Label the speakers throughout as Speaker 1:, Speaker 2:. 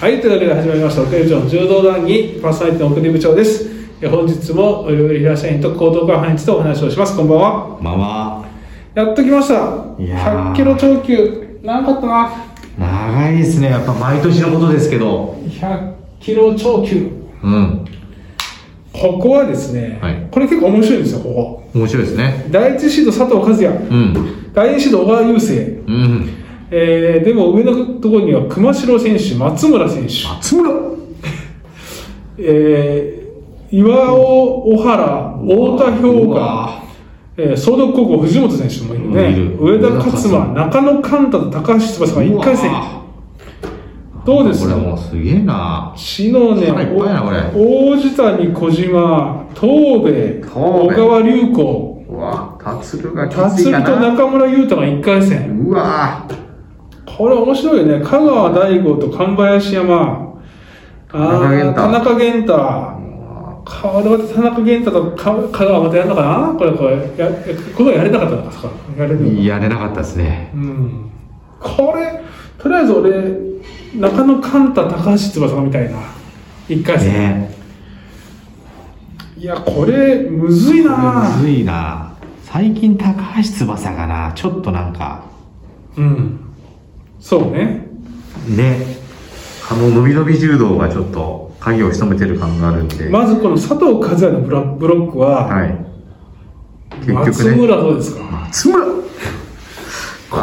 Speaker 1: はい、というわけで始まりました、岡部長の柔道団にパーソナリティの奥部長です。え本日も、いろいろ平社員と高等科班についてお話をします。こんばんは。
Speaker 2: まあま
Speaker 1: やっときました。
Speaker 2: いやー
Speaker 1: 100キロ超級、長かったな。
Speaker 2: あ長いですねやっぱ毎年のことですけど
Speaker 1: 100キロ超級。
Speaker 2: うん
Speaker 1: ここはですね、
Speaker 2: はい
Speaker 1: これ結構面白いんですよ、ここ。
Speaker 2: 面白いですね
Speaker 1: 第一シード佐藤和也、
Speaker 2: うん
Speaker 1: 第二シード小川雄生、
Speaker 2: うん
Speaker 1: えーでも上のところには熊代選手、松村選手、
Speaker 2: 松村
Speaker 1: えー岩尾、小原、太田氷
Speaker 2: う
Speaker 1: 河
Speaker 2: わ、
Speaker 1: えー総督高校、藤本選手もいる
Speaker 2: い
Speaker 1: ね
Speaker 2: る、
Speaker 1: 上田勝馬、中野寛太と高橋翼が1回戦
Speaker 2: う、わ
Speaker 1: どうです
Speaker 2: これもうすげえな
Speaker 1: 篠根、
Speaker 2: 腹いっぱいやなこれ
Speaker 1: 大地谷、小島、東米、
Speaker 2: 東米
Speaker 1: 小川隆子、
Speaker 2: うわ達郎が
Speaker 1: 辰巳と中村優太が1回戦。
Speaker 2: うわ
Speaker 1: これ面白いよね香川大吾と神林山あー田
Speaker 2: 田
Speaker 1: 中源太
Speaker 2: も
Speaker 1: これまた田中源太とか香川またやるのかなこれこれややこれやれなかったのかそっかやれる
Speaker 2: う
Speaker 1: のか
Speaker 2: やれなかったですね
Speaker 1: うんこれとりあえず俺中野寛太高橋翼みたいな一回戦、
Speaker 2: ね
Speaker 1: いやこれむずい
Speaker 2: これ
Speaker 1: な
Speaker 2: むずいな最近高橋翼がなちょっとなんか
Speaker 1: うんそうね
Speaker 2: ねあの伸び伸び柔道がちょっと影を潜めてる感があるんで
Speaker 1: まずこの佐藤和也のブロブロックは、
Speaker 2: はい
Speaker 1: 松村どうですか
Speaker 2: 松村あ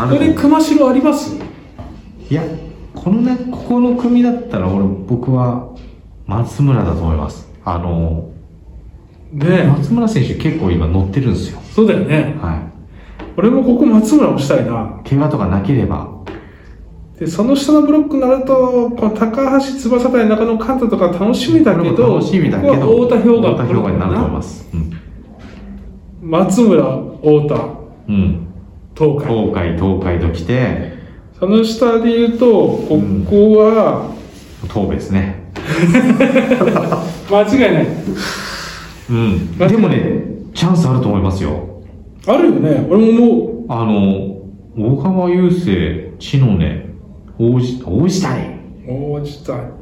Speaker 1: ここで熊代あります
Speaker 2: いやこのねここの組だったら俺僕は松村だと思いますあの
Speaker 1: ね
Speaker 2: 松村選手結構今乗ってるんですよ
Speaker 1: えそうだよね
Speaker 2: は
Speaker 1: 俺もここ松村をしたいない
Speaker 2: 怪我とかなければ
Speaker 1: でその下のブロックになるとこの高橋翼対中野寛太とか楽しみだけ
Speaker 2: これも
Speaker 1: ど
Speaker 2: 楽しみだけ
Speaker 1: ここ
Speaker 2: ど
Speaker 1: は太田氷河
Speaker 2: 太田氷河になると思いますうん、
Speaker 1: 松村太
Speaker 2: うん、
Speaker 1: 田東海
Speaker 2: 東海東海と来て
Speaker 1: その下で言うとここ
Speaker 2: ん
Speaker 1: は
Speaker 2: 東部ですね
Speaker 1: 間違いない、
Speaker 2: うん
Speaker 1: だって
Speaker 2: でもねチャンスあると思いますよ
Speaker 1: あるよね俺ももう
Speaker 2: あの大川雄生知のね大石大石谷
Speaker 1: 大地谷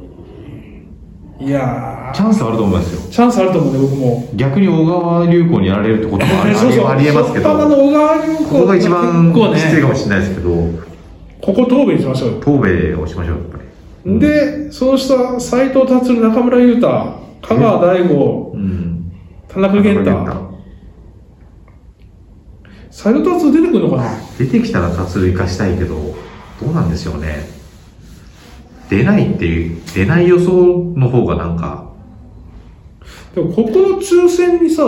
Speaker 1: いや
Speaker 2: チャンスあると思いますよ
Speaker 1: ーチャンスあると思うね僕も
Speaker 2: 逆に小川流行にやられるってこともあ り
Speaker 1: そうそう
Speaker 2: ありありえますけど
Speaker 1: 初っ端の小川流行
Speaker 2: ここが一番
Speaker 1: 結構ね
Speaker 2: きついかもしれないですけど、
Speaker 1: ここ東部にしましょうよ
Speaker 2: 東米をしましょう、やっぱり。
Speaker 1: で、その下、斎藤達郎、中村優太、香川大吾、
Speaker 2: うん。
Speaker 1: 田中源太、斎藤達郎出てくるのかな
Speaker 2: 出てきたら達塁生かしたいけど、どうなんですよね。出ないっていう、出ない予想の方がなんか、
Speaker 1: でも、ここの抽選にさ、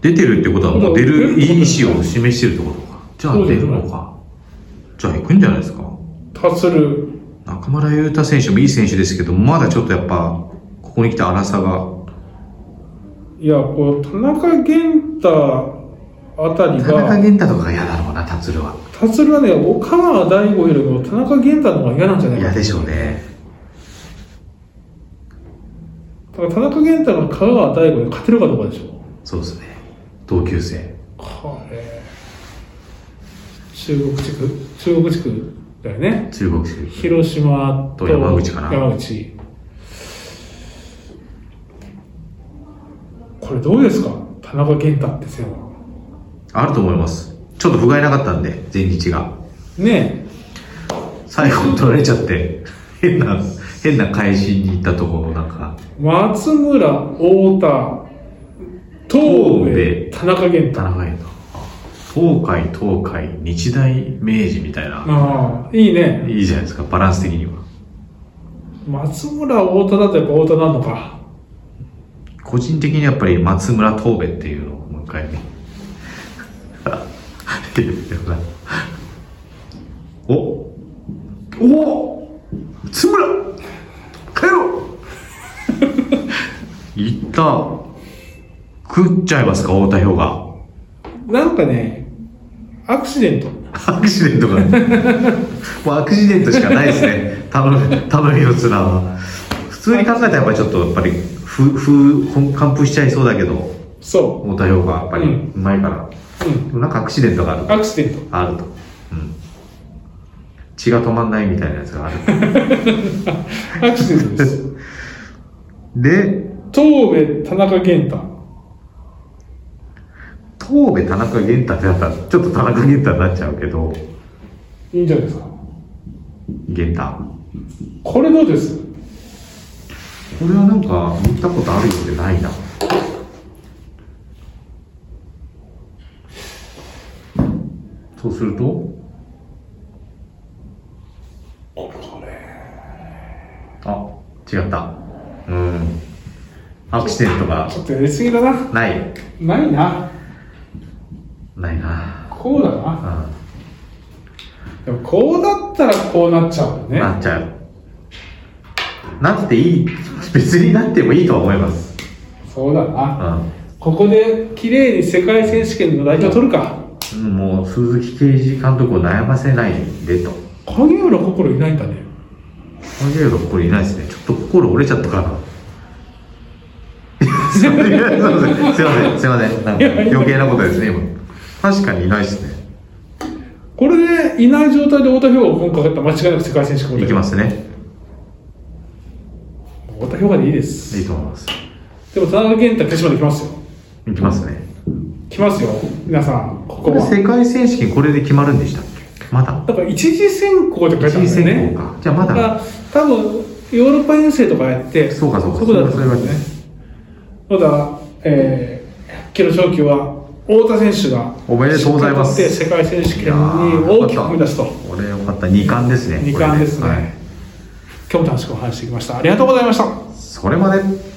Speaker 2: 出てるってことはもう出る意思を示してるってことか。じゃあ
Speaker 1: そうで
Speaker 2: 出
Speaker 1: す
Speaker 2: るのか。じゃあ行くんじゃないですか。
Speaker 1: 達郎、
Speaker 2: 中村優太選手もいい選手ですけど、まだちょっとやっぱ、ここに来た荒さが、
Speaker 1: いや、こう、田中源太あたり
Speaker 2: 田中
Speaker 1: が、
Speaker 2: 源太とかが嫌だろうな、達塁は。
Speaker 1: 達郎はね、香川大吾よりも田中源太の方が嫌なんじゃないか
Speaker 2: 嫌
Speaker 1: な。
Speaker 2: でしょうね。
Speaker 1: だから田中源太が香川大吾に勝てるかどうかでしょ。
Speaker 2: そうですね。同級生。
Speaker 1: これ、中国地区中国地区だよね。
Speaker 2: 中国生。
Speaker 1: 広島と
Speaker 2: と山口かな
Speaker 1: 山口これどうですか田中健太って線は
Speaker 2: あると思います。ちょっと不甲斐なかったんで、前日が。
Speaker 1: ね
Speaker 2: 最後取られちゃって、変な、変な返しに行ったところなんか、
Speaker 1: え松村太田東米
Speaker 2: 東米
Speaker 1: 田中健太
Speaker 2: 田中へと。東海、東海、日大、明治みたいな。
Speaker 1: ああいいね
Speaker 2: いいじゃないですか、バランス的には。
Speaker 1: 松村太田だとやっぱ太田なのか
Speaker 2: 個人的にやっぱり松村東部っていうのをもう一回見 おお松村帰 ろういった食っちゃいますか太田氷が
Speaker 1: なんかねアクシデント
Speaker 2: アクシデントが もうアクシデントしかないですね頼む頼みの綱は普通に考えたらやっぱりちょっとやっぱりふふ完封しちゃいそうだけど
Speaker 1: そ
Speaker 2: 太田洋がやっぱり
Speaker 1: うん
Speaker 2: うまいから、
Speaker 1: ううん
Speaker 2: でもなんかアクシデントがある
Speaker 1: アクシデント
Speaker 2: あると、うん、血が止まんないみたいなやつがある。
Speaker 1: アクシデントです。
Speaker 2: で、
Speaker 1: 東部田中玄太。
Speaker 2: 東部田中玄太ってなったら、ちょっと田中玄太になっちゃうけど、
Speaker 1: いいんじゃないですか。
Speaker 2: 玄太。
Speaker 1: これどうです
Speaker 2: これはなんか、見たことあるようでないな。そうすると、
Speaker 1: これ。
Speaker 2: あ、違った。うん。アクシデントが
Speaker 1: ちょっとやりすぎだな。
Speaker 2: ない。
Speaker 1: ないな。
Speaker 2: ないな。
Speaker 1: こうだ
Speaker 2: う
Speaker 1: な。
Speaker 2: ん。
Speaker 1: でもこうだったらこうなっちゃうよね。
Speaker 2: なっちゃう。なっていい、別になってもいいとは思います。
Speaker 1: そうだな。
Speaker 2: う
Speaker 1: ここで綺麗に世界選手権の代表取るか。
Speaker 2: ん。もう、鈴木刑事監督を悩ませないでと。
Speaker 1: 影浦心いないんだね。
Speaker 2: マジでこれいないですね。ちょっと心折れちゃったかな。 すいません、すいません、すいません。なんか余計なことですね、今。確かにいないですね。
Speaker 1: これでいない状態で太田氷河を今回かったら間違いなく世界選手権。
Speaker 2: いきますすね。
Speaker 1: 太田氷河でいいです。
Speaker 2: いいと思います。
Speaker 1: でも田中健太決勝まで来ますよ。
Speaker 2: いきますね。
Speaker 1: 来ますよ。皆さん、こ
Speaker 2: こ
Speaker 1: こ
Speaker 2: れ
Speaker 1: は。
Speaker 2: 世界選手権これで決まるんでしたっけまだ。
Speaker 1: だから一次選考って書い
Speaker 2: 一
Speaker 1: てある
Speaker 2: 次
Speaker 1: んだよね
Speaker 2: 選考。か。じゃあま
Speaker 1: だか
Speaker 2: だ。
Speaker 1: ら多分ヨーロッパ遠征とかやって
Speaker 2: そうかそうか
Speaker 1: そこだったんですねまだ、えー、100キロ超級は太田選手が
Speaker 2: おめでとうございます
Speaker 1: しっかりとって世界選手権に大きく踏み出すと
Speaker 2: これよかった。二冠ですね。
Speaker 1: 2冠ですね、
Speaker 2: これはい
Speaker 1: 今日も楽しくお話ししてきましたありがとうございました
Speaker 2: それまで。